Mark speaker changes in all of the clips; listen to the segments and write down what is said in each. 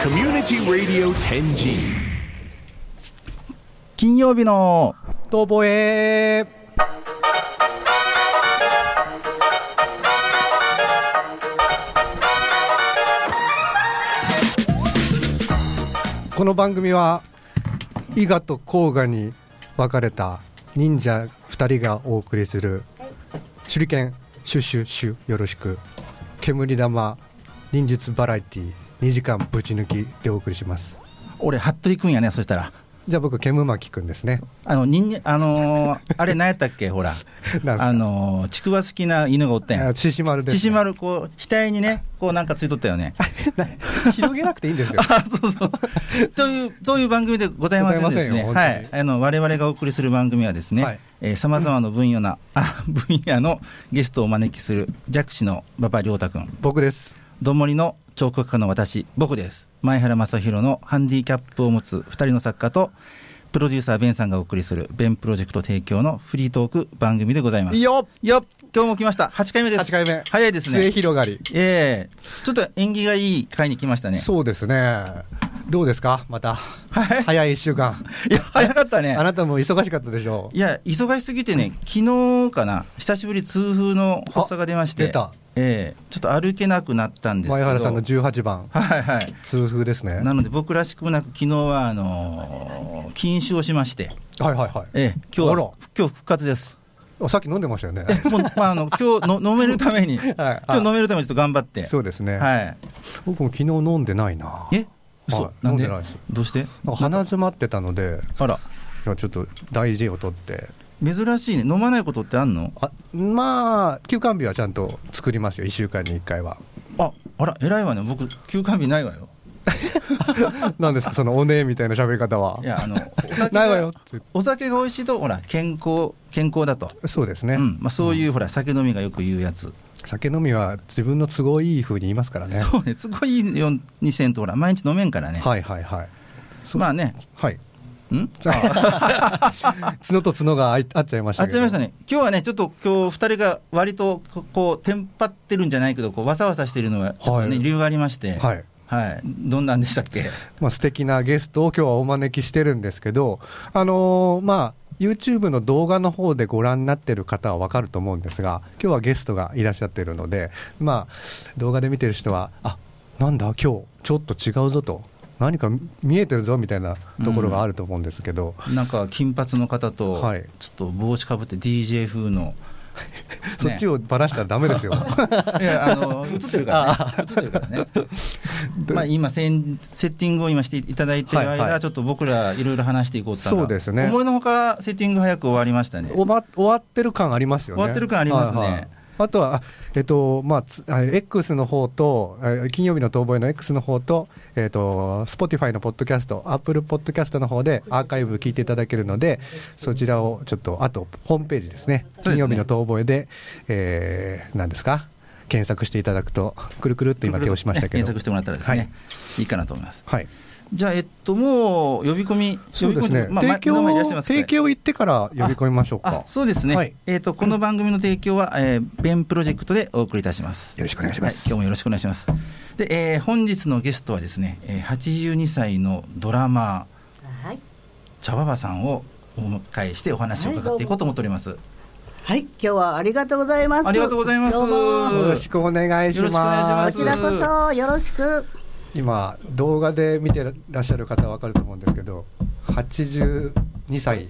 Speaker 1: Community Radio 10G
Speaker 2: 金曜日の
Speaker 3: とぼえこの番組は伊賀と甲賀に分かれた忍者2人がお送りする手裏剣シュシュシュよろしく煙玉忍術バラエティ2時間ぶち抜きでお送りします
Speaker 2: 俺服部君やねそしたら
Speaker 3: じゃあ僕煙巻くんですね
Speaker 2: あの人間あの ーあれ何やったっけほら
Speaker 3: なんすか
Speaker 2: あのーちくわ好きな犬がおったや
Speaker 3: あ
Speaker 2: ん
Speaker 3: 獅子丸です、
Speaker 2: 獅子丸こう額にねこうなんかついとったよね
Speaker 3: 広げなくていいんですよ
Speaker 2: あそうそうというそういう番組でございませんですね
Speaker 3: ご
Speaker 2: は
Speaker 3: ざいませんよ本
Speaker 2: い
Speaker 3: 当
Speaker 2: あの我々がお送りする番組はです
Speaker 3: は
Speaker 2: ね
Speaker 3: い
Speaker 2: さまざまな分野なあ分野のゲストをお招きする弱視の馬場亮太君
Speaker 3: 僕です
Speaker 2: どんもりの彫刻家の私、僕です。前原正宏のハンディキャップを持つ2人の作家と、プロデューサーベンさんがお送りするベンプロジェクト提供のフリートーク番組でございます。
Speaker 3: よっ
Speaker 2: よっ今日も来ました。8回目です。
Speaker 3: 8回目
Speaker 2: 早いです
Speaker 3: 末
Speaker 2: ね。
Speaker 3: 広がり
Speaker 2: ええちょっと縁起がいい回に来ましたね。
Speaker 3: そうですねどうですかまた
Speaker 2: はい
Speaker 3: 早い1週間
Speaker 2: いや、早かったね
Speaker 3: あ。なたも忙しかったでしょ
Speaker 2: いや、忙しすぎてね、昨日かな、久しぶり痛風の発作が出まして、
Speaker 3: あ出た
Speaker 2: ええちょっと歩けなくなったんですけど、
Speaker 3: 前原さんの18番
Speaker 2: はいはい。
Speaker 3: 痛風ですね
Speaker 2: なので僕らしくもなく、昨日はあのー禁酒をしまして、
Speaker 3: はいはいは
Speaker 2: ええ、今日
Speaker 3: あら
Speaker 2: は今日復活です。
Speaker 3: いあさっき飲んでましたよね
Speaker 2: えもうまあ、あの今日 の飲めるために、
Speaker 3: あ
Speaker 2: 今日飲めるためにちょっと頑張って、
Speaker 3: そうですね、
Speaker 2: は、
Speaker 3: 僕も昨日飲んでないない
Speaker 2: え嘘、
Speaker 3: はい
Speaker 2: なん
Speaker 3: 飲んで
Speaker 2: で
Speaker 3: ないです
Speaker 2: どうして
Speaker 3: なんか鼻詰まってたので
Speaker 2: あら、
Speaker 3: いやちょっと大事を取って
Speaker 2: 珍しいね、飲まないことってあんの
Speaker 3: あまあ休館日はちゃんと作りますよ1週間に1回は
Speaker 2: ああら、偉いわね、僕、休館日ないわよ。
Speaker 3: なんですかそのおねえみたいな喋り方はい
Speaker 2: や、あの、お酒
Speaker 3: ないわよ
Speaker 2: が
Speaker 3: って
Speaker 2: お酒が美味しいと、ほら、健康、健康だと。
Speaker 3: そうですね、
Speaker 2: うんまあ、そういう、ほら、酒飲みがよく言うやつ。
Speaker 3: 酒飲みは自分の都合いい風に言いますからね
Speaker 2: そうね、すごいようにせんと、ほら、毎日飲めんからね。
Speaker 3: はいはいはい
Speaker 2: まあね、
Speaker 3: はい
Speaker 2: ん
Speaker 3: 角と角があい合っちゃいました
Speaker 2: あ
Speaker 3: け
Speaker 2: ち
Speaker 3: ど
Speaker 2: ゃいましたね、今日はね、ちょっと今日二人が割とここう、テンパってるんじゃないけど、こうわさわさしてるのは、ちょっとね、
Speaker 3: はい
Speaker 2: 理由がありまして、
Speaker 3: は
Speaker 2: はい
Speaker 3: い
Speaker 2: どんなんでしたっけ、
Speaker 3: まあ素敵なゲストを今日はお招きしてるんですけど、あのーまあ、YouTube の動画の方でご覧になってる方は分かると思うんですが、今日はゲストがいらっしゃってるので、まあ、動画で見てる人は、あなんだ、今日ちょっと違うぞと、何か見えてるぞみたいなところがあると思うんですけど、
Speaker 2: なんか金髪の方と、
Speaker 3: はい
Speaker 2: ちょっと帽子かぶって DJ 風 の、
Speaker 3: そっちをばらしたらだめですよ。
Speaker 2: いやあの映ってるからね、映ってるから ね、まあ、今せん、セッティングを今していただいてる間、
Speaker 3: はいはい
Speaker 2: ちょっと僕ら、いろいろ話していこうとしたら
Speaker 3: そうですね
Speaker 2: 思いのほか、セッティング早く終わりましたね。
Speaker 3: 終わ終わってる感ありますよね。
Speaker 2: 終わってる感ありますね
Speaker 3: あとは、あえっと、まあつ、あ X の方と、あ金曜日の遠吠えの X の方と、えっと、Spotify のポッドキャスト、Apple ポッドキャストの方でアーカイブ聞いていただけるので、そちらをちょっと、あと、ホームページですね。
Speaker 2: すね
Speaker 3: 金曜日の遠吠えで、えー、何ですか検索していただくと、くるくるっと今手をしましたけ
Speaker 2: 検
Speaker 3: ど
Speaker 2: 索し。てもらったらですね、
Speaker 3: はい
Speaker 2: い、いかなと思います。
Speaker 3: はい。
Speaker 2: じゃあ、えっと、もう呼び込み、
Speaker 3: そうですね
Speaker 2: 呼び込み。まあ、
Speaker 3: 提
Speaker 2: 前
Speaker 3: 供
Speaker 2: 名前い
Speaker 3: を、
Speaker 2: らっしゃいますか
Speaker 3: 提供行ってから呼び込みましょうか。
Speaker 2: あそうですね、
Speaker 3: はい
Speaker 2: えっと、この番組の提供は、えー、ベンプロジェクトでお送りいたします。
Speaker 3: よろしくお願いします
Speaker 2: は今日もよろしくお願いします。で、えー本日のゲストはですね、えー、82歳のドラマー、
Speaker 4: はい、
Speaker 2: 茶ババさんをお迎えしてお話を伺っていこうと思っております。
Speaker 4: はい、今日はありがとうございます。
Speaker 2: ありがとうございます
Speaker 4: どうも
Speaker 2: うん
Speaker 3: よろしくお願いし
Speaker 2: よろしくお願いしま
Speaker 3: ます
Speaker 4: こちらこそよろしく。
Speaker 3: 今動画で見てらっしゃる方は分かると思うんですけど82歳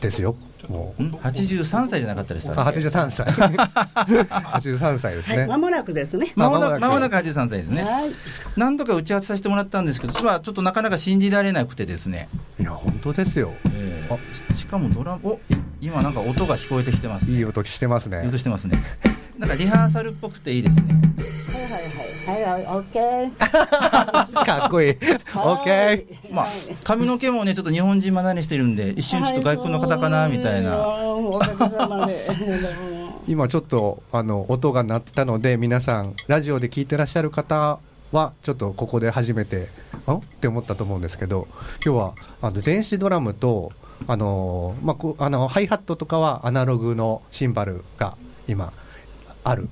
Speaker 3: ですよもうん
Speaker 2: ?83 歳じゃなかったでした
Speaker 3: あ83歳 83歳です
Speaker 4: はい、
Speaker 3: ね
Speaker 4: まもなくですね。
Speaker 2: まもな
Speaker 3: まもな
Speaker 2: く、
Speaker 3: く
Speaker 2: まもなく83歳ですね。
Speaker 4: はい、
Speaker 2: 何度か打ち合わせさせてもらったんですけど、まあちょっとなかなか信じられなくてですね。
Speaker 3: いや本当ですよ
Speaker 2: えーしかもドラお今なんか音が聞こえてきてます、
Speaker 3: い
Speaker 2: ね、
Speaker 3: い音してます
Speaker 2: 言
Speaker 3: ね
Speaker 2: うとしてますねなんかリハーサルっぽくていいですね
Speaker 4: はいはいはいはい、オッケー。
Speaker 3: かっ こいい OK
Speaker 2: まあ髪の毛もねちょっと日本人離れしてるんで一瞬ちょっと外国の方かなみたいな
Speaker 4: おかげさ まで。ど
Speaker 3: 今ちょっとあの音が鳴ったので皆さんラジオで聞いてらっしゃる方はちょっとここで初めてんって思ったと思うんですけど今日はあの電子ドラムとあの、まあ、こうあのハイハットとかはアナログのシンバルが今ある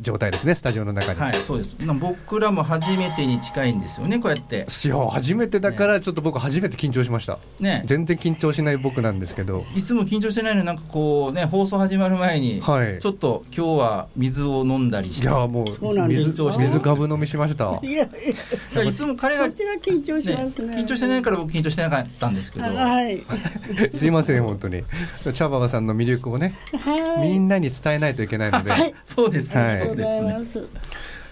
Speaker 3: 状態ですね、スタジオの中に。
Speaker 2: はい、そうです。な僕らも初めてに近いんですよね、こうやって。
Speaker 3: いや初めてだからちょっと僕初めて緊張しました、
Speaker 2: ね
Speaker 3: 全然緊張しない僕なんですけど
Speaker 2: いつも緊張してないのになんかこうね、放送始まる前に、
Speaker 3: はい
Speaker 2: ちょっと今日は水を飲んだりし
Speaker 3: い
Speaker 2: て。
Speaker 3: やも
Speaker 4: そう
Speaker 3: う
Speaker 4: なんです
Speaker 3: 水水がぶ飲みしま した
Speaker 4: いやい
Speaker 2: いやいつも彼
Speaker 4: や
Speaker 2: が、
Speaker 4: こっちが緊張し
Speaker 2: ね
Speaker 4: ますね
Speaker 2: 緊張してないから僕緊張してなかったんですけど。
Speaker 4: はい
Speaker 3: すいません本当に茶葉さんの魅力をね
Speaker 4: はい
Speaker 3: みんなに伝えないといけないので、
Speaker 2: そうですね、
Speaker 3: は
Speaker 2: そうう
Speaker 3: い
Speaker 4: ありがとご
Speaker 2: で
Speaker 4: ざい
Speaker 2: すね。
Speaker 4: ます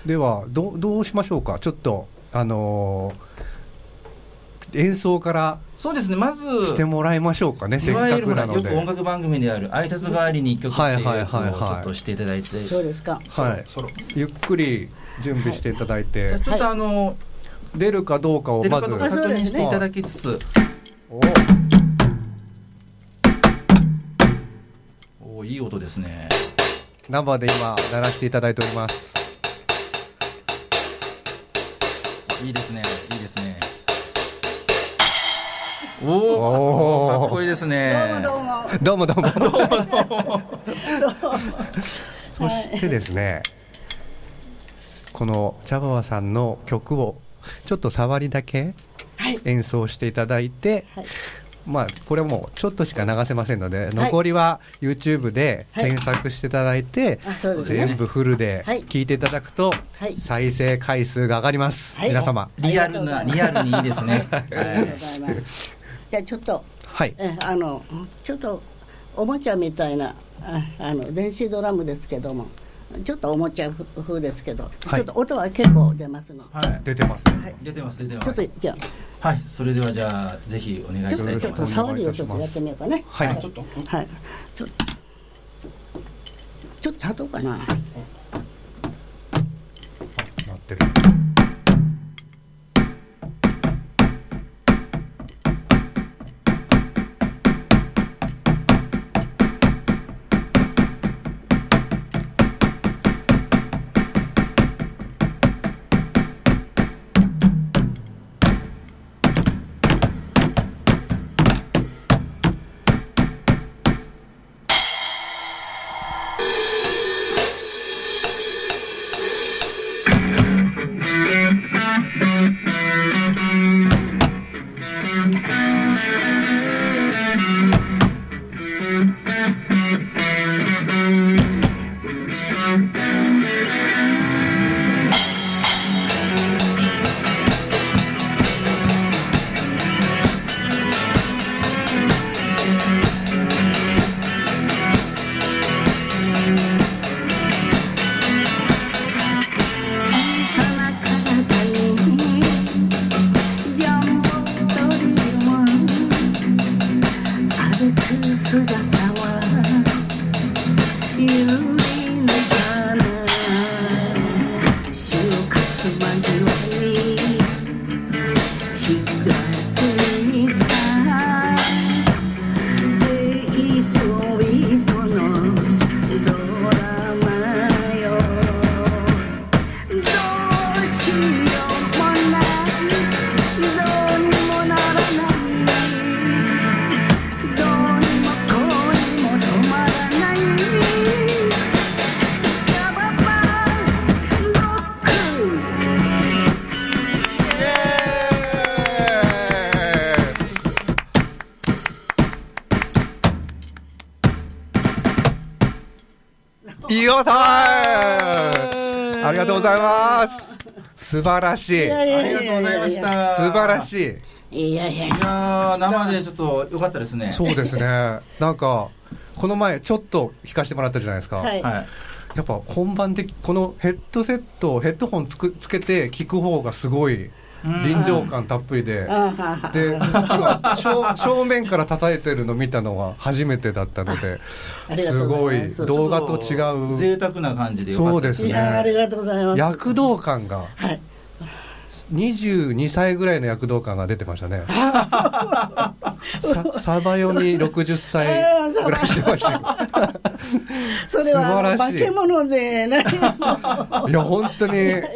Speaker 3: ではどうどうしましょうかちょっとあのー演奏から
Speaker 2: そうですね、まず。
Speaker 3: してもらいましょうかねせ
Speaker 2: い
Speaker 3: っ
Speaker 2: わゆ
Speaker 3: か
Speaker 2: るほ
Speaker 3: く
Speaker 2: ら
Speaker 3: な
Speaker 2: よ
Speaker 3: の
Speaker 2: く
Speaker 3: で
Speaker 2: 音楽番組である挨拶代わりに一曲っていうやつを
Speaker 3: はいはいはいはい
Speaker 2: ちょっとしていただいて、
Speaker 4: そうですか
Speaker 3: はいゆっくり準備していただいて、
Speaker 2: じゃあちょっとあの、
Speaker 3: 出るかどうかを
Speaker 2: 出る
Speaker 3: ま
Speaker 2: か
Speaker 3: ず
Speaker 2: どう
Speaker 4: あ
Speaker 2: か
Speaker 4: そう
Speaker 2: 確
Speaker 4: です
Speaker 2: 認
Speaker 4: ね
Speaker 2: していただきつつ、
Speaker 3: お
Speaker 2: おーいい音ですね。
Speaker 3: 生で今鳴らしていただいております
Speaker 2: いいですね、いいですね。おお、
Speaker 3: お
Speaker 2: か
Speaker 3: ー
Speaker 2: っこいいです
Speaker 4: どう
Speaker 2: ね
Speaker 4: も。どうも
Speaker 3: どうもどうも。 そ
Speaker 4: はい
Speaker 3: してですね、この茶川さんの曲をちょっと触りだけ
Speaker 4: はい
Speaker 3: 演奏していただいて、
Speaker 4: はい
Speaker 3: まあこれもうちょっとしか流せませんので、
Speaker 4: い
Speaker 3: 残りは YouTube で
Speaker 4: はい
Speaker 3: 検索していただいて、
Speaker 4: あそうですね
Speaker 3: 全部フルで
Speaker 4: はい
Speaker 3: 聞いていただくと
Speaker 4: はい
Speaker 3: 再生回数が上がります。
Speaker 4: はい
Speaker 3: 皆様、
Speaker 2: リアルな
Speaker 4: あり
Speaker 2: リア
Speaker 4: が
Speaker 2: ルにいいです ね。
Speaker 4: ありがとうございますじゃあちょっと
Speaker 3: はい。
Speaker 4: えあのちょっとおもちゃみたいなああの電子ドラムですけどもちょっとおもちゃふ風ですけど、
Speaker 3: はい
Speaker 4: ちょっと音は結構出ますの、
Speaker 2: はいはい。
Speaker 3: 出てますね。
Speaker 2: 出てます出て
Speaker 4: ちょ
Speaker 2: ま
Speaker 4: っと
Speaker 2: す。
Speaker 4: じゃ
Speaker 2: はい、それではじゃあぜひお願い
Speaker 4: あ
Speaker 2: し
Speaker 4: ち
Speaker 2: た
Speaker 4: ょ
Speaker 2: い
Speaker 4: っ
Speaker 2: と思い
Speaker 4: とちょっ
Speaker 2: ま
Speaker 4: と
Speaker 2: す。
Speaker 4: 触りをちょっとやってみようかね
Speaker 3: はい
Speaker 4: ちょっとはいちょちょっと立とうかな
Speaker 3: なってる。
Speaker 5: 「小さな体にジャンボ鳥は歩く姿は揺れながら」「就活までに日がついた」「で人々のドラマよ」「どうしようもない」「どうにもならない」「どうにもこうにも止まらない」「ガババロック」
Speaker 3: いい音ありがとうございます素晴らしい
Speaker 4: い
Speaker 3: 素
Speaker 2: ありがとうございました。
Speaker 3: 晴らし
Speaker 2: い。
Speaker 3: い
Speaker 4: いやいやい
Speaker 2: い
Speaker 4: や
Speaker 2: やー生でちょっと良かったですね。
Speaker 3: そうですねなんかこの前ちょっと聞かせてもらったじゃないですか、
Speaker 4: はい
Speaker 2: はい。
Speaker 3: やっぱ本番でこのヘッドセットヘッドホンつくつけて聞く方がすごい臨場感たっぷりで
Speaker 4: あはは
Speaker 3: で今正正面から叩いてるの見たのは初めてだったので
Speaker 4: ありが
Speaker 3: す
Speaker 4: とうご
Speaker 3: ご
Speaker 4: ざいま
Speaker 3: い
Speaker 4: す
Speaker 3: 動画と違う
Speaker 2: 贅沢な感じで良かった
Speaker 3: そうです
Speaker 4: い
Speaker 3: ね
Speaker 4: やありがとうございます
Speaker 3: 躍動感が
Speaker 4: はい
Speaker 3: 22歳ぐらいの躍動感が出てましたね。さサバ読み60歳ぐらいしてましたけ
Speaker 4: それはあの
Speaker 3: 素晴らしい
Speaker 4: 化け物で何
Speaker 3: ど。いや、本当に
Speaker 4: え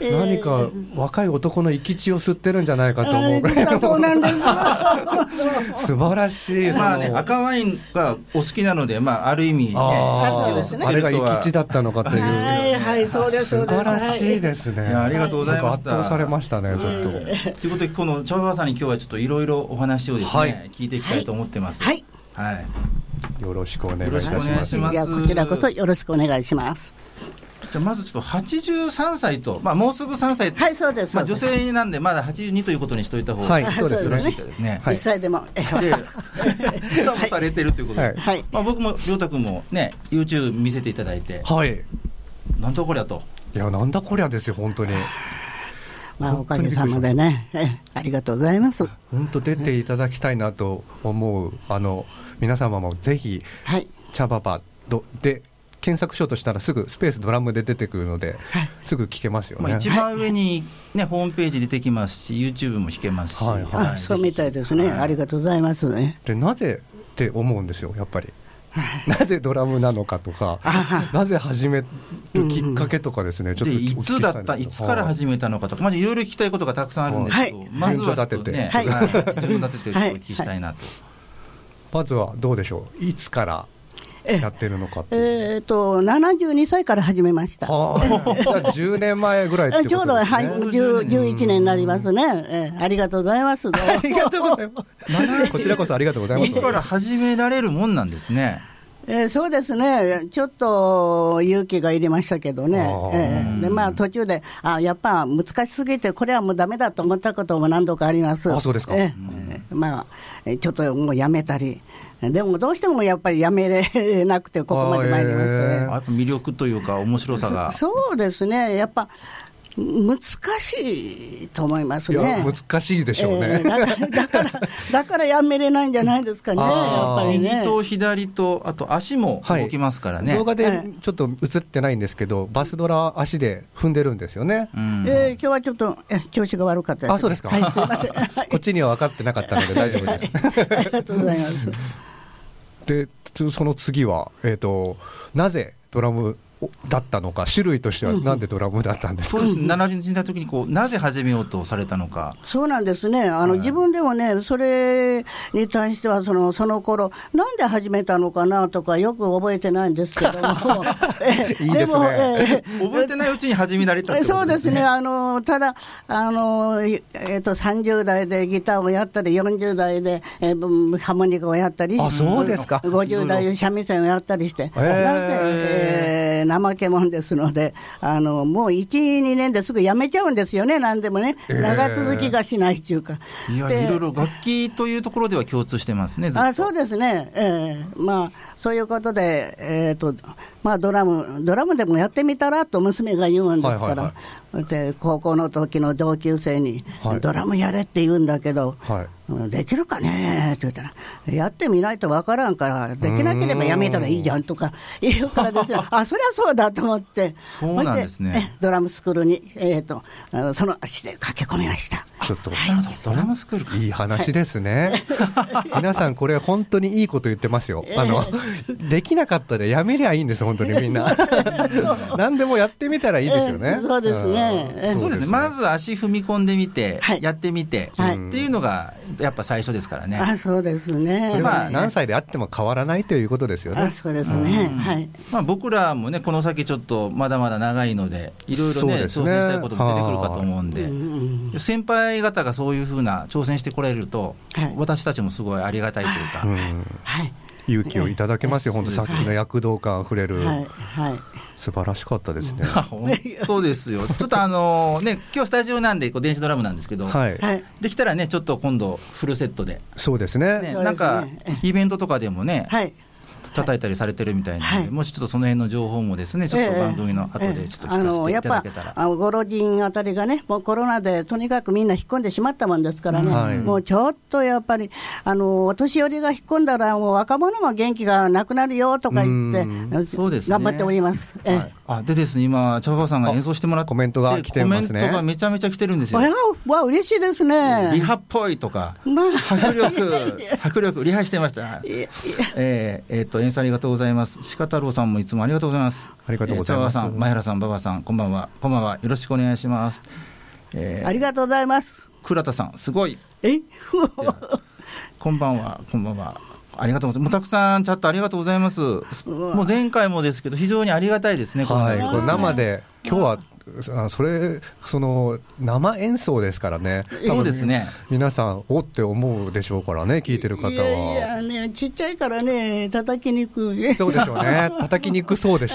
Speaker 4: ー
Speaker 3: 何か若い男の生き血を吸ってるんじゃないかと思うぐらい
Speaker 4: あー実はそうなんです。
Speaker 3: 素晴らしい
Speaker 2: まあね、
Speaker 3: その
Speaker 2: 赤ワインがお好きなので、まあ、ある意味、ね、
Speaker 3: あ
Speaker 4: そう
Speaker 3: ー
Speaker 4: ですね
Speaker 3: あれが生き血だったのかという
Speaker 4: はいはいそうですそ
Speaker 3: 素
Speaker 4: うです。
Speaker 3: 晴らしいですね、
Speaker 2: いやありがとうございました
Speaker 3: なんか圧倒されましたねちょっと、
Speaker 2: ということで、このチャオハさんに今日はちょっといろいろお話をですね、
Speaker 3: はい
Speaker 2: 聞いていきたいと思ってます。
Speaker 4: はい。
Speaker 2: はい。
Speaker 3: よろしくお願いい
Speaker 2: よろ
Speaker 3: た
Speaker 2: し
Speaker 3: し
Speaker 2: くお願
Speaker 3: ま
Speaker 2: いし
Speaker 3: す
Speaker 2: ま
Speaker 4: はい
Speaker 2: す
Speaker 4: いやこちらこそよろしくお願いします。
Speaker 2: じゃあまずちょっと83歳と、まあ、もうすぐ3歳、
Speaker 4: はいそうです。
Speaker 2: まあ、
Speaker 4: そう
Speaker 2: 女
Speaker 4: です
Speaker 2: 性なんで、まだ82ということにしておいた方が
Speaker 3: はい
Speaker 2: よ
Speaker 4: あ
Speaker 3: そうです
Speaker 2: ろ
Speaker 3: ね
Speaker 2: しいですね。
Speaker 3: はい
Speaker 4: 一歳でも。え
Speaker 2: で、 普段もされてるということで、
Speaker 3: はい
Speaker 4: はい。
Speaker 2: まあ、僕も亮太君もね、YouTube 見せていただいて、
Speaker 3: はい
Speaker 2: なんとこりゃと、
Speaker 3: いやなんだこりゃですよ本当に
Speaker 4: まあおかげさまでね、えありがとうございます。
Speaker 3: 本当出ていただきたいなと思うあの皆様もぜひ
Speaker 4: はい。
Speaker 3: 茶パパどで検索しようとしたらすぐスペースドラムで出てくるので、すぐ聞けますよね、
Speaker 2: まあ、一番上に、ね、ホームページ出てきますし、YouTube も弾けますし、
Speaker 3: はいはい
Speaker 4: あそうみたいですね。ありがとうございますね。
Speaker 3: でなぜって思うんですよやっぱりなぜドラムなのかとかなぜ始めるきっかけとかですね、ちょっ
Speaker 2: で
Speaker 3: とお
Speaker 2: い
Speaker 3: 聞きし
Speaker 2: つ
Speaker 3: た
Speaker 2: だ
Speaker 3: んですけど
Speaker 2: った、いつから始めたのかとか、まずいろいろ聞きたいことがたくさんあるんですけど、
Speaker 4: はい
Speaker 2: まずはちょっとね、
Speaker 4: 順序立てて
Speaker 2: はい順序立ててちょっとお聞きしたいなと。
Speaker 3: まずはどうでしょういつからやってるのかっていう、
Speaker 4: えっと72歳から始めました。
Speaker 3: はあじゃあ10年前ぐらいって
Speaker 4: え
Speaker 3: こと
Speaker 4: ち
Speaker 3: ですね
Speaker 4: ょうど、はい、
Speaker 2: 10
Speaker 4: 10 11年になりますね、えありがとうございます、
Speaker 3: あ りがとうございますこちらこそありがとうござい
Speaker 2: いつか
Speaker 3: ま
Speaker 2: ら始められるもんなんですね。
Speaker 4: えーそうですね、ちょっと勇気がいりましたけどね、
Speaker 3: あー
Speaker 4: えーでまあ、途中であ、やっぱ難しすぎて、これはもうだめだと思ったことも何度かあります、
Speaker 3: あそうですか
Speaker 4: えーまあ、えーちょっともうやめたり、でもどうしてもやっぱりやめれなくて、ここまで参りました
Speaker 3: あーえ。
Speaker 4: ね
Speaker 2: やっぱ魅力というか面白さが。
Speaker 4: そうですね、やっぱ難しいと思います
Speaker 3: す、
Speaker 4: ね。
Speaker 3: いや難しいでしょうね、
Speaker 4: ええだから、だから、だからやめれないんじゃないですかね、や
Speaker 3: あ
Speaker 4: っ
Speaker 3: ー
Speaker 4: ぱり
Speaker 2: 右
Speaker 4: ね。
Speaker 2: と左と、あと足も動きますからね。
Speaker 3: 動画で
Speaker 4: ええ
Speaker 3: ちょっと映ってないんですけど、バスドラ足で踏んでるんですよね。
Speaker 2: うん
Speaker 4: えー今日はちょっとえ調子が悪かったです。
Speaker 3: あ、そうですか。
Speaker 4: はい、すいませ ん。はい
Speaker 3: こっちには分かってなかったので大丈夫です。
Speaker 4: ありがとうございます。
Speaker 3: で、つその次は、えっ、と、なぜドラムをだったのか、種類としてはなんでドラムだったんです
Speaker 2: そ
Speaker 3: か。
Speaker 2: うですね、70年代の時にこうなぜ始めようとされたのか、
Speaker 4: そうなんですね。あの、自分でもね、それに対しては、その、その頃、なんで始めたのかなとか、よく覚えてないんですけども。 ええ
Speaker 3: いいですね
Speaker 4: え え
Speaker 2: 覚えてないうちに始められたってこと
Speaker 4: そう
Speaker 2: で
Speaker 4: ですすね、
Speaker 2: ね。
Speaker 4: あのただあの、えっと、30代でギターをやったり、40代で、えーハーモニカをやったり、
Speaker 3: あ、そうですか。
Speaker 4: 50代で三味線をやったりして、なぜ、えー怠け者ですので、あのもう1、2年ですぐやめちゃうんですよね、なんでもね、
Speaker 3: えー
Speaker 4: 長続きがしないっていうか。
Speaker 2: いや
Speaker 4: で
Speaker 2: いろいろ楽器というところでは共通してますね、ずっと
Speaker 4: あそうですね、ええまあ、そういうことで、えーとまあ、ドラム、ドラムでもやってみたらと娘が言うんですから、
Speaker 3: はいは
Speaker 4: で高校の時の同級生に、
Speaker 3: はい
Speaker 4: ドラムやれって言うんだけど、
Speaker 3: はい。
Speaker 4: うんできるかねって言ったら、やってみないとわからんから、できなければやめたらいいじゃんとか言うからですね、あそりゃそうだと思って、
Speaker 2: そうなんですね
Speaker 4: ほいえドラムスクールに、えー、とあその足で駆け込みました。
Speaker 3: ちょっと。
Speaker 2: なるほどドラムスクールか
Speaker 3: いい話ですね。 皆さん、これ本当にいいこと言ってますよ。あの、できなかったらやめりゃいいんです、本当にみん な。何でもやってみたらいいですよね。
Speaker 4: ええそうですねええ
Speaker 3: ん
Speaker 2: そうですねまず足踏み込んでみて、
Speaker 4: はい
Speaker 2: やってみて、
Speaker 4: はい
Speaker 2: っていうのがやっぱ最初ですからね、
Speaker 4: あそうですね
Speaker 2: それは
Speaker 3: まあ、何歳であっても変わらないということですよ
Speaker 4: あ
Speaker 3: ね。
Speaker 4: そうですね、はい。
Speaker 2: まあ、僕らもねこの先ちょっとまだまだ長いのでいろいろ
Speaker 3: そう
Speaker 2: ね
Speaker 3: で
Speaker 2: 挑
Speaker 3: す
Speaker 2: 戦
Speaker 3: ね
Speaker 2: したいことも出てくるかと思うん
Speaker 4: うん
Speaker 2: で。
Speaker 4: うんうん
Speaker 2: 先輩方がそういうふうな挑戦してこられると、
Speaker 4: はい
Speaker 2: 私たちもすごいありがたいというか、
Speaker 3: うん
Speaker 4: はい、
Speaker 3: 勇気をいただけますよ、本当、さっきの躍動感あふれる、
Speaker 4: はい、はい。
Speaker 3: 素晴らしかったです ね。
Speaker 2: 本当ですよ、ちょっとあのね今日スタジオなんでこう電子ドラムなんですけど、
Speaker 3: はい、
Speaker 4: はい。
Speaker 2: できたらね、ちょっと今度、フルセットで、
Speaker 3: そうです
Speaker 2: ね
Speaker 3: ね、
Speaker 2: なんかイベントとかでもね、
Speaker 4: はい。
Speaker 2: 叩いたりされてるみたいなので、
Speaker 4: はい
Speaker 2: もしちょっとその辺の情報もですね、ちょっと番組の後
Speaker 4: ええ
Speaker 2: でちょっと聞かせていただけた
Speaker 4: あのや
Speaker 2: ら。
Speaker 4: っぱあのご老人あたりがね、もうコロナでとにかくみんな引っ込んでしまったもんですからね、
Speaker 3: はい
Speaker 4: もうちょっとやっぱり、あのお年寄りが引っ込んだら、もう若者も元気がなくなるよとか言って、
Speaker 3: う
Speaker 2: そうですね
Speaker 4: 頑張っております。ええ
Speaker 2: はいあでですね、今、茶葉さんが演奏してもらって、
Speaker 3: あコメントが来てますね
Speaker 2: コメントがめちゃめちゃ来てるんですよ
Speaker 4: これ。はわ嬉しいです
Speaker 2: リ
Speaker 4: ね。
Speaker 2: ハっぽいとか、
Speaker 4: まあ
Speaker 2: 迫力、迫力、リハしてました。えーえーっと演奏ありがとうございます。鹿太郎さんもいつもありがとうございます。
Speaker 3: ありがとうございます
Speaker 2: えー茶川さん、前原さん、馬場さん、こんばんは。こんばんは。よろしくお願いします。えー
Speaker 4: ありがとうございます。
Speaker 2: 倉田さん、すごい。
Speaker 4: え
Speaker 2: こんばんは。こんばんは。ありがとうございます。もうたくさんチャットありがとうございます。もう前回もですけど、非常にありがたいですね。
Speaker 3: はい、
Speaker 2: こ
Speaker 3: こ
Speaker 2: れ
Speaker 3: れ生で、今日はあそれ、その生演奏ですからね、
Speaker 2: そうですね
Speaker 3: 皆さん、おって思うでしょうからね、聞いてる方は。
Speaker 4: いやいやね、ちっちゃいからね、叩きにくい。
Speaker 3: そうでしょうね、叩きにくそうでし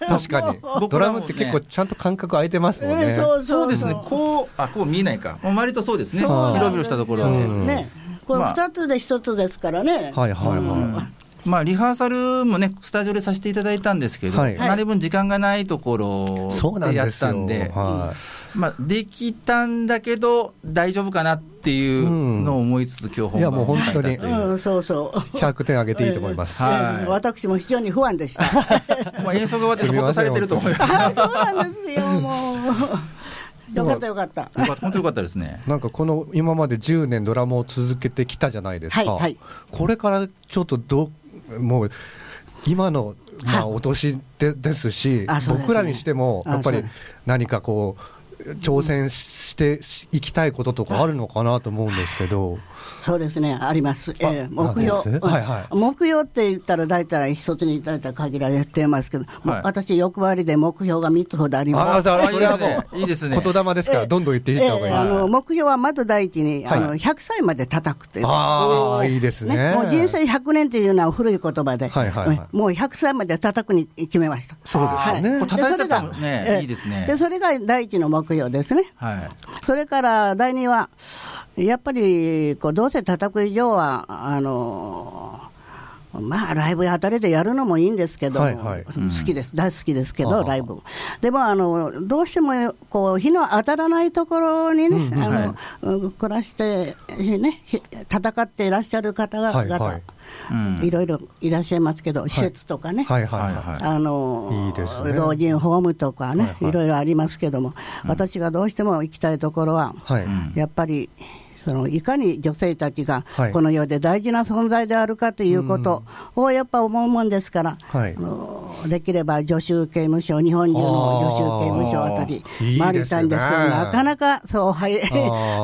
Speaker 3: た、確かに、
Speaker 2: 僕
Speaker 3: ド
Speaker 2: ら
Speaker 3: ラ
Speaker 2: も
Speaker 3: ム
Speaker 2: ね
Speaker 3: って結構、ちゃんと間隔空いてますもん
Speaker 4: え
Speaker 3: ね
Speaker 4: え、そう
Speaker 2: そうですね。こう、あ、こう見えないか。もう割とそうですね。
Speaker 3: そう
Speaker 2: 広々したところで。
Speaker 3: うん
Speaker 4: ね、これ
Speaker 2: まあ
Speaker 4: 二つで一つですからね。
Speaker 3: はいはいは
Speaker 2: まあ、リハーサルもね、スタジオでさせていただいたんですけど、
Speaker 3: はい
Speaker 2: なる分時間がないところ
Speaker 3: い、そうなん
Speaker 2: でや
Speaker 3: で
Speaker 2: っ
Speaker 3: す
Speaker 2: た
Speaker 3: よ、
Speaker 2: んで、
Speaker 3: は
Speaker 2: まあ、できたんだけど、大丈夫かなっていうのを思いつつ、今日
Speaker 3: い
Speaker 2: 本
Speaker 3: や
Speaker 2: 番
Speaker 3: もう
Speaker 2: を
Speaker 3: 本
Speaker 2: 迎えた
Speaker 3: 当
Speaker 2: とい
Speaker 3: に
Speaker 2: う
Speaker 4: うん、そうそう。
Speaker 3: い、100点あげていいと思います。
Speaker 2: はい
Speaker 4: うん 私も非常に不安 でした。
Speaker 2: まあ、演奏が終わってほっとされてると思います。
Speaker 4: あそうなんですよ、もう。よかったよかった。
Speaker 2: よかった本当よかったですね。
Speaker 3: なんかこの今まで10年ドラムを続けてきたじゃないですか、
Speaker 4: はいはい
Speaker 3: これからちょっとどもう今の、まあ、お年でですし
Speaker 4: あそうですね
Speaker 3: 僕らにしても
Speaker 4: あ
Speaker 3: やっぱ
Speaker 4: そう
Speaker 3: り
Speaker 4: です
Speaker 3: 何かこう挑戦していきたいこととかあるのかなと思うんですけど、
Speaker 4: そうですね、あります。えー
Speaker 3: なん
Speaker 4: 目
Speaker 3: です
Speaker 4: 標、うん
Speaker 3: はいはい
Speaker 4: 目標って言ったら、大体一つに大体限られてますけど、もう
Speaker 2: はい
Speaker 4: 私、欲張りで目標が3つほどあります。
Speaker 3: あそれそれはもう
Speaker 2: いいですねいいですね
Speaker 3: 言霊ですからどんどん言っていった方がいい
Speaker 4: ええあの目標はまず第一に、あ
Speaker 3: は
Speaker 4: の
Speaker 3: い
Speaker 4: 100歳まで叩くという、
Speaker 3: ああいいですね
Speaker 4: もう人生100年というのは古い言葉で、
Speaker 3: はいはいはい
Speaker 4: もう100歳まで叩くに決めました。
Speaker 3: そうですよね
Speaker 4: はい
Speaker 2: もう叩いてたもん
Speaker 4: でそれ
Speaker 2: ね
Speaker 4: がええ
Speaker 2: いいですね
Speaker 4: でそれが第一の目標ですね。
Speaker 2: はい。
Speaker 4: それから第二は、やっぱりこうどうせ叩く以上は、あのまあ、ライブあたりでやるのもいいんですけど、
Speaker 3: はいはい
Speaker 4: 好きです、大好きですけ
Speaker 3: あ
Speaker 4: ど、
Speaker 3: あ
Speaker 4: ライブ、でもあのどうしてもこう日の当たらないところにね、あのうん暮らして、ね、ひ戦っていらっしゃる方々、
Speaker 3: はい
Speaker 4: い
Speaker 3: はい
Speaker 2: うん
Speaker 4: ろいろいらっしゃいますけど、施設とかね、
Speaker 3: はいはいはい、
Speaker 2: はいはい
Speaker 4: あの
Speaker 3: いいですね
Speaker 4: 老人ホームとかね、
Speaker 3: はい
Speaker 4: い
Speaker 3: はい
Speaker 4: ろいろありますけども、私がどうしても行きたいところは、
Speaker 3: はい
Speaker 2: ん
Speaker 4: やっぱりそのいかに女性たちが
Speaker 3: はい
Speaker 4: この世で大事な存在であるかということをやっぱ思うもんですから、
Speaker 3: はい
Speaker 4: あのできれば女囚刑務所、日本中の女囚刑務所あたり
Speaker 3: あー
Speaker 4: 回りたいんですけど、
Speaker 3: いいですね
Speaker 4: なかなかそう入
Speaker 3: ー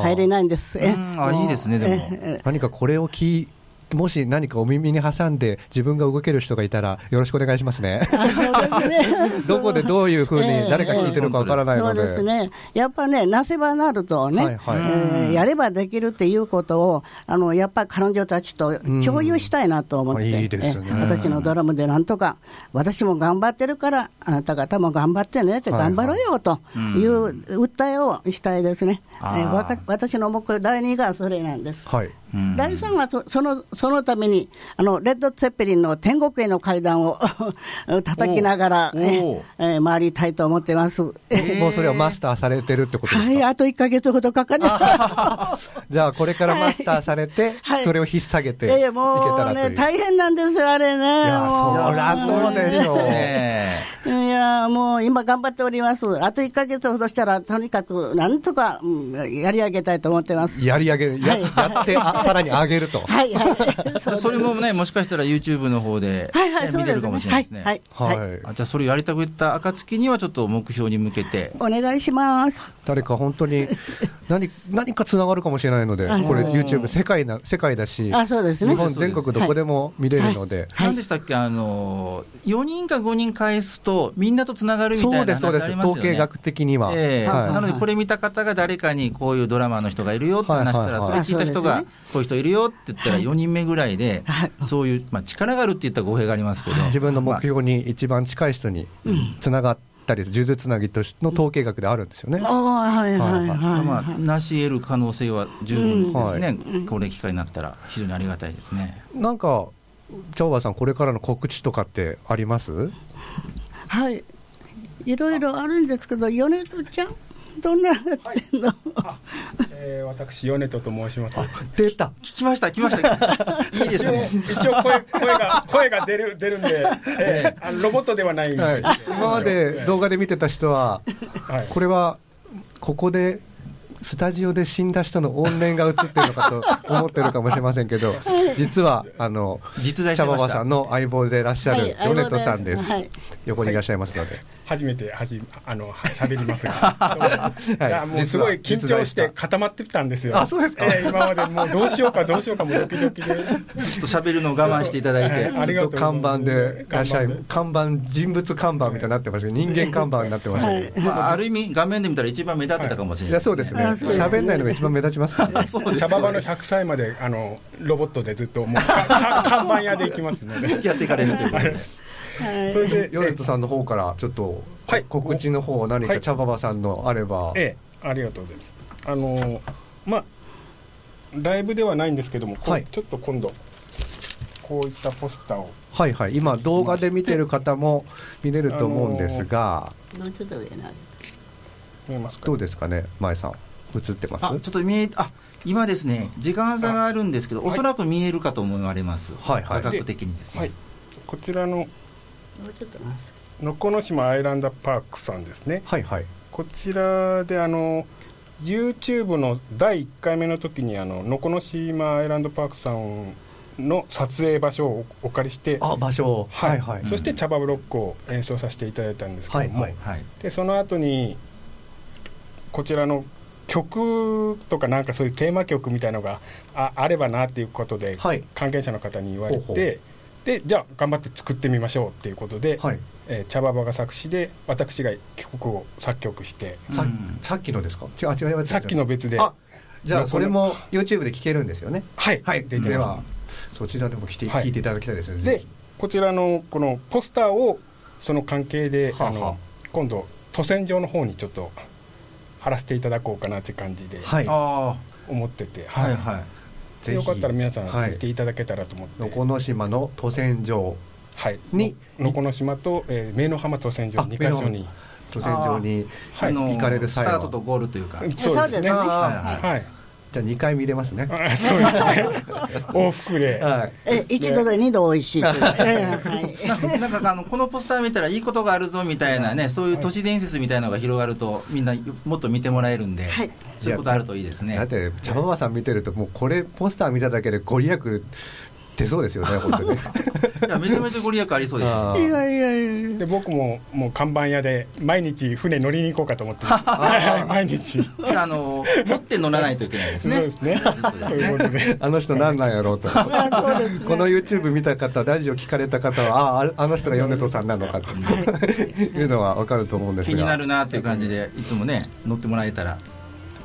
Speaker 4: 入れないんです。え
Speaker 2: うんあいいですねでも
Speaker 4: ええ
Speaker 3: 何かこれを聞いもし何かお耳に挟んで自分が動ける人がいたらよろしくお願いしますね。
Speaker 4: そうですね
Speaker 3: どこでどういうふうに誰が聞いてるかわからないので。
Speaker 4: そうですね、やっぱね、なせばなるとね、
Speaker 3: はいはい
Speaker 4: えーやればできるっていうことを、あのやっぱ彼女たちと共有したいなと思って、
Speaker 3: うんいいですね
Speaker 4: えー私のドラムでなんとか、私も頑張ってるから、あなた方も頑張ってねって、
Speaker 3: はいはい
Speaker 4: 頑張ろうよという訴えをしたいですね、
Speaker 2: あー
Speaker 4: えーわた私の目標、第2がそれなんです。
Speaker 3: はい。
Speaker 2: うん
Speaker 4: 第3はそそのそのためにあの、レッド・ツェッペリンの天国への階段を 叩きながら、
Speaker 2: お
Speaker 4: え
Speaker 2: うおう
Speaker 4: えー回りたいと思ってます。
Speaker 2: ー
Speaker 3: もうそれはマスターされてるってことです
Speaker 4: は
Speaker 3: か、
Speaker 4: い、あと1か月ほどかか りま
Speaker 3: じゃあこれからマスターされて、
Speaker 4: はい
Speaker 3: それを引っ提げ
Speaker 4: す。
Speaker 3: て
Speaker 4: い
Speaker 3: い
Speaker 4: やい
Speaker 3: け
Speaker 4: や、
Speaker 3: た
Speaker 4: も
Speaker 3: ら
Speaker 4: う
Speaker 3: という。
Speaker 4: ね、大変なんですよ、あれね。
Speaker 3: や
Speaker 4: も
Speaker 3: そらそうでしょう
Speaker 2: ね
Speaker 4: いやもう今頑張っております。あと1か月ほどしたら、とにかくなんとか、うんやり上げたいと思ってます。
Speaker 3: やり上げる、ややってあ、さらに上げると。
Speaker 4: はい はい。
Speaker 2: えそれもね、もしかしたら YouTube の方で、
Speaker 4: はいは
Speaker 2: ね
Speaker 4: い、そう
Speaker 2: 見れ
Speaker 4: です
Speaker 2: るかも
Speaker 4: ね。
Speaker 2: しれな
Speaker 4: はいい
Speaker 2: ですね。
Speaker 4: はい。
Speaker 3: はい。
Speaker 4: はい
Speaker 2: あじゃあ、それをやりたくった暁には、ちょっと目標に向けて、
Speaker 4: お願いします。
Speaker 3: 誰か本当に何何かつながるかもしれないので、これ YouTube 世界な世界だし、
Speaker 4: あそうですね
Speaker 3: 日本全国どこでも見れるので、
Speaker 4: はい
Speaker 2: 何でしたっけ、あの4人か5人返すと、みんなとつながるみたい
Speaker 3: そうで
Speaker 2: な
Speaker 3: すそう
Speaker 2: 話
Speaker 3: で
Speaker 2: あ
Speaker 3: す、
Speaker 2: りますよ
Speaker 3: 統
Speaker 2: ね。
Speaker 3: 計学的には、
Speaker 2: ええ
Speaker 3: はい
Speaker 2: なので、これ見た方が誰かにこういうドラマーの人がいるよって話したら、
Speaker 3: はい
Speaker 2: そ
Speaker 3: はい
Speaker 2: れ
Speaker 4: はい
Speaker 2: 聞いた人
Speaker 4: あ
Speaker 2: が、
Speaker 4: そうで
Speaker 2: こういう人いるよって言ったら、4人目ぐらいで、
Speaker 4: はい
Speaker 2: そういう、まあ、力があるって言ったら語弊がありますけど、
Speaker 3: 自分の目
Speaker 2: ま
Speaker 3: 標に一番近い人につながったり、数珠つなぎとしの統計学であるんですよね。
Speaker 4: おーはいはい
Speaker 3: はい
Speaker 2: あ
Speaker 4: はい。
Speaker 2: まあ、なし得る可能性は十分ですね、これ、機会になったら、非常にありがたいですね。
Speaker 3: なんか、チャオバさん、これからの告知とかってあります
Speaker 4: はい。いろいろあるんですけど、米津ちゃん、どんなのやってんの、
Speaker 6: えー、私米戸と申します。
Speaker 3: 出た
Speaker 2: 聞きました、聞きま した、いいです
Speaker 6: 一応
Speaker 2: ね。
Speaker 6: 一応声声が声が出る出るんで、えーあのロボットではないんです
Speaker 3: は
Speaker 6: け
Speaker 3: い
Speaker 6: ど、
Speaker 3: 今まで動画で見てた人は、
Speaker 6: はい
Speaker 3: これはここでスタジオで死んだ人の怨念が映ってるのかと思ってるかもしれませんけど、実は、あの、
Speaker 2: 実在し
Speaker 3: 茶
Speaker 2: てま
Speaker 3: バ
Speaker 2: した
Speaker 3: バさんの相棒でいらっしゃ
Speaker 4: は
Speaker 3: る
Speaker 4: い
Speaker 3: ヨネトさんです。
Speaker 4: 相棒ですはい
Speaker 3: 横にいらっしゃいますので。
Speaker 6: 初めてはじあのは喋りますが、どうもいやもうすごい緊張して固まってたんですよ。
Speaker 3: あそうですか
Speaker 6: ええ今までもうどうしようかどうしようかもうドキドキ
Speaker 2: ちょ
Speaker 6: で。
Speaker 2: っと喋るのを我慢していただいて
Speaker 6: は、あり
Speaker 3: ず
Speaker 6: がと
Speaker 3: っ
Speaker 6: う
Speaker 3: と看板でいらっしゃい
Speaker 6: 看板で、
Speaker 3: 看板、人物看板みたいになってましたけど、人間看板になってましたけど。
Speaker 2: まあ、ある意味、画面で見たら一番目立ってたかもしれない
Speaker 3: いやそうですね
Speaker 4: あそうですね
Speaker 3: 喋んないのが一番目立ちますからね
Speaker 2: そうです
Speaker 6: 茶ババの100歳まであのロボットでずっともうかか看板屋で行きますので。
Speaker 2: 付き合っていかれるということで、
Speaker 6: それで
Speaker 3: ヨネットさんの方からちょっと、
Speaker 6: はい
Speaker 3: 告知の方何
Speaker 6: は
Speaker 3: か
Speaker 6: い
Speaker 3: 茶ババさんのあれば、
Speaker 6: ええ、ありがとうございます。あのまあライブではないんですけども、こう
Speaker 3: はい
Speaker 6: ちょっと今度こういったポスターを
Speaker 3: はいはい今動画で見てる方も見れると思うんですが、
Speaker 4: もうちょっと上な
Speaker 6: 見えますか。
Speaker 3: どうですかね前さん映ってます
Speaker 2: あちょっと見え、あ今ですね、時間差があるんですけど、おそらく見えるかと思われます、
Speaker 3: はいはい
Speaker 2: 価格的にですね。
Speaker 6: はい。こちらの
Speaker 4: もうちょっとな
Speaker 6: のこの島アイランドパークさんですね。
Speaker 3: はいはい
Speaker 6: こちらであの YouTube の第1回目の時にあののこの島アイランドパークさんの撮影場所をおお借りして、
Speaker 3: あ場所はいはい、
Speaker 6: そして茶葉ブロックを演奏させていただいたんですけ
Speaker 3: は
Speaker 6: ど
Speaker 3: い
Speaker 6: も、
Speaker 3: はい
Speaker 2: はい
Speaker 6: でその後にこちらの曲とかなんかそういうテーマ曲みたいのがああればなっていうことで、
Speaker 3: はい
Speaker 6: 関係者の方に言われて
Speaker 3: ほうほう
Speaker 6: でじゃあ頑張って作ってみましょうっていうことで、
Speaker 3: はい
Speaker 6: えー茶葉場が作詞で私が曲を作曲して
Speaker 3: さ
Speaker 2: うん
Speaker 3: さっきのですか違う違う違う
Speaker 6: さっきの別で
Speaker 3: あじゃあそれも YouTube で聞けるんですよね
Speaker 6: はい
Speaker 3: で
Speaker 6: 出てます
Speaker 3: はそちらでも聞いて,、
Speaker 6: はい
Speaker 3: 聞いていただきたいですねぜ
Speaker 6: で
Speaker 3: ひ
Speaker 6: こちらのこのポスターをその関係で、
Speaker 3: はあはあ
Speaker 6: あの今度渡船場の方にちょっと貼らせていただこうかなっていう感じで
Speaker 3: はい
Speaker 2: あ
Speaker 6: 思ってて、
Speaker 2: あ、はいはい。
Speaker 3: ぜひ
Speaker 6: よかったら皆さん見て
Speaker 3: はい
Speaker 6: いただけたらと思って、
Speaker 3: の
Speaker 6: はい
Speaker 3: この島の渡船場に
Speaker 6: にのこの島と、えー、名の浜渡船場
Speaker 3: あ
Speaker 6: 2箇所に
Speaker 3: 渡船場に
Speaker 6: はい
Speaker 2: あの
Speaker 3: 行かれる際
Speaker 2: スタ
Speaker 3: は
Speaker 2: ートとゴールというか、
Speaker 6: そうですね
Speaker 4: そうですね
Speaker 2: は
Speaker 6: はい
Speaker 3: じゃあ2回見れますね
Speaker 6: あそうですね往復で、
Speaker 3: はい
Speaker 4: え一度で二度美味しいという、ええはい
Speaker 2: なんかあのこのポスター見たらいいことがあるぞみたいなね、そういう都市伝説みたいなのが広がると、みんなもっと見てもらえるんで、
Speaker 4: はい
Speaker 2: そういうことあるといいですね。
Speaker 3: だって茶ママさん見てるともうこれポスター見ただけでご利益出そうですよね本当に
Speaker 2: いやめちゃめちゃご利益ありそうですよ。
Speaker 3: あ
Speaker 4: い
Speaker 3: ー
Speaker 4: やいやいや
Speaker 6: で僕ももう看板屋で毎日船乗りに行こうかと思ってますはい 毎日
Speaker 2: あの持って乗らないといけないです
Speaker 6: そう
Speaker 2: ね。
Speaker 6: ですねそういうこと で
Speaker 3: あの人なんなんやろうとこ
Speaker 4: そうですね
Speaker 3: の YouTube 見た方ラジオ聞かれた方はあーああの人が米戸さんなのかというのは分かると思うんです
Speaker 2: 気
Speaker 3: が
Speaker 2: になるなっていう感じでいつもね乗ってもらえたら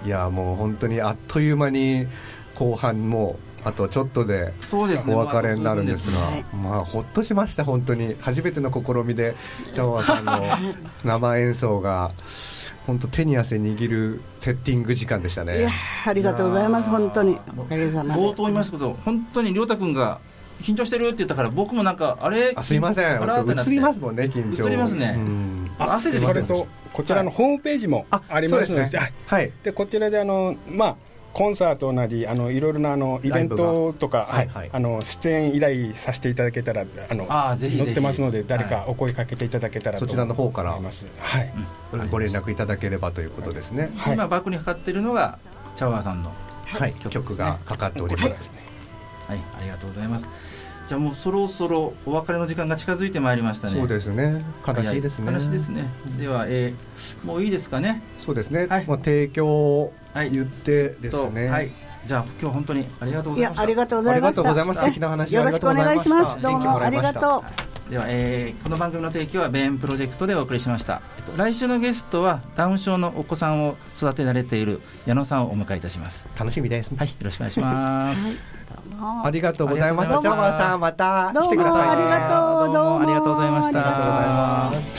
Speaker 3: いやもう本当にあっという間に後半もうあとちょっとで
Speaker 2: そうですね
Speaker 3: お別れになるんですが、
Speaker 2: もうあと数分
Speaker 3: まあほっとしました本当に初めての試みで茶碗さんの生演奏が本当手に汗握るセッティング時間でした
Speaker 4: いや
Speaker 3: ね
Speaker 4: ありがとうございます本当におかげさまで
Speaker 2: 冒頭言いますけど本当に亮太君が緊張してるって言ったから僕もなんかあれ
Speaker 3: あすいません
Speaker 2: あらってなっ
Speaker 3: 映
Speaker 2: て
Speaker 3: りますもんね緊張
Speaker 2: 映りますね
Speaker 3: うん
Speaker 2: あ汗で
Speaker 6: それとこちらのホームページもありますので,、
Speaker 3: そうねはい
Speaker 6: でこちらであの、まあ、コンサートなりあのいろいろなあのイベントとか、
Speaker 3: ライブが
Speaker 6: はい
Speaker 3: はいはい
Speaker 6: あの出演依頼させていただけたらあの
Speaker 2: あーぜひぜひ
Speaker 6: 載ってますので誰
Speaker 2: は
Speaker 6: かお声かけていただけたらと
Speaker 3: そちらの方から
Speaker 6: 思います、はい
Speaker 3: ご連絡いただければということですね
Speaker 6: はい
Speaker 2: 今バックにかかってるのがチャワーさんの
Speaker 3: はい曲がかかっております
Speaker 2: はいありがとうございますじゃあもうそろそろお別れの時間が近づいてまいりましたね
Speaker 3: そうですね悲しいですね
Speaker 2: は悲しいですねでは、えーもういいですかね
Speaker 3: そうですね、
Speaker 2: はい
Speaker 3: まあ、提供を
Speaker 2: はい
Speaker 3: 言ってですね、
Speaker 2: はいじゃあ今日本当にありがとうござい
Speaker 4: いや
Speaker 2: ました
Speaker 4: ありがとうご
Speaker 3: あ
Speaker 4: ざ
Speaker 3: りがとうござい
Speaker 4: いました
Speaker 3: ました素敵な話
Speaker 4: よろしくお願いしま
Speaker 3: あ
Speaker 4: す
Speaker 3: り
Speaker 4: ど
Speaker 3: が
Speaker 4: う
Speaker 3: とうございました
Speaker 4: もありがとう
Speaker 2: では、えーこの番組の提供はベーンプロジェクトでお送りしました、えっと、来週のゲストはダウン症のお子さんを育てられている矢野さんをお迎えいたします
Speaker 3: 楽しみですね、
Speaker 2: はいよろしくお願いします、
Speaker 3: ありがとうございま
Speaker 2: ありが
Speaker 3: す
Speaker 2: とうございました
Speaker 3: ジャマーさんまた
Speaker 4: ど
Speaker 3: 来
Speaker 4: う
Speaker 3: てく
Speaker 4: も
Speaker 3: ださい
Speaker 4: ありがとうどうも
Speaker 2: ありがとうございました
Speaker 4: あ
Speaker 3: あ
Speaker 4: りがとうございます
Speaker 3: りがとうございます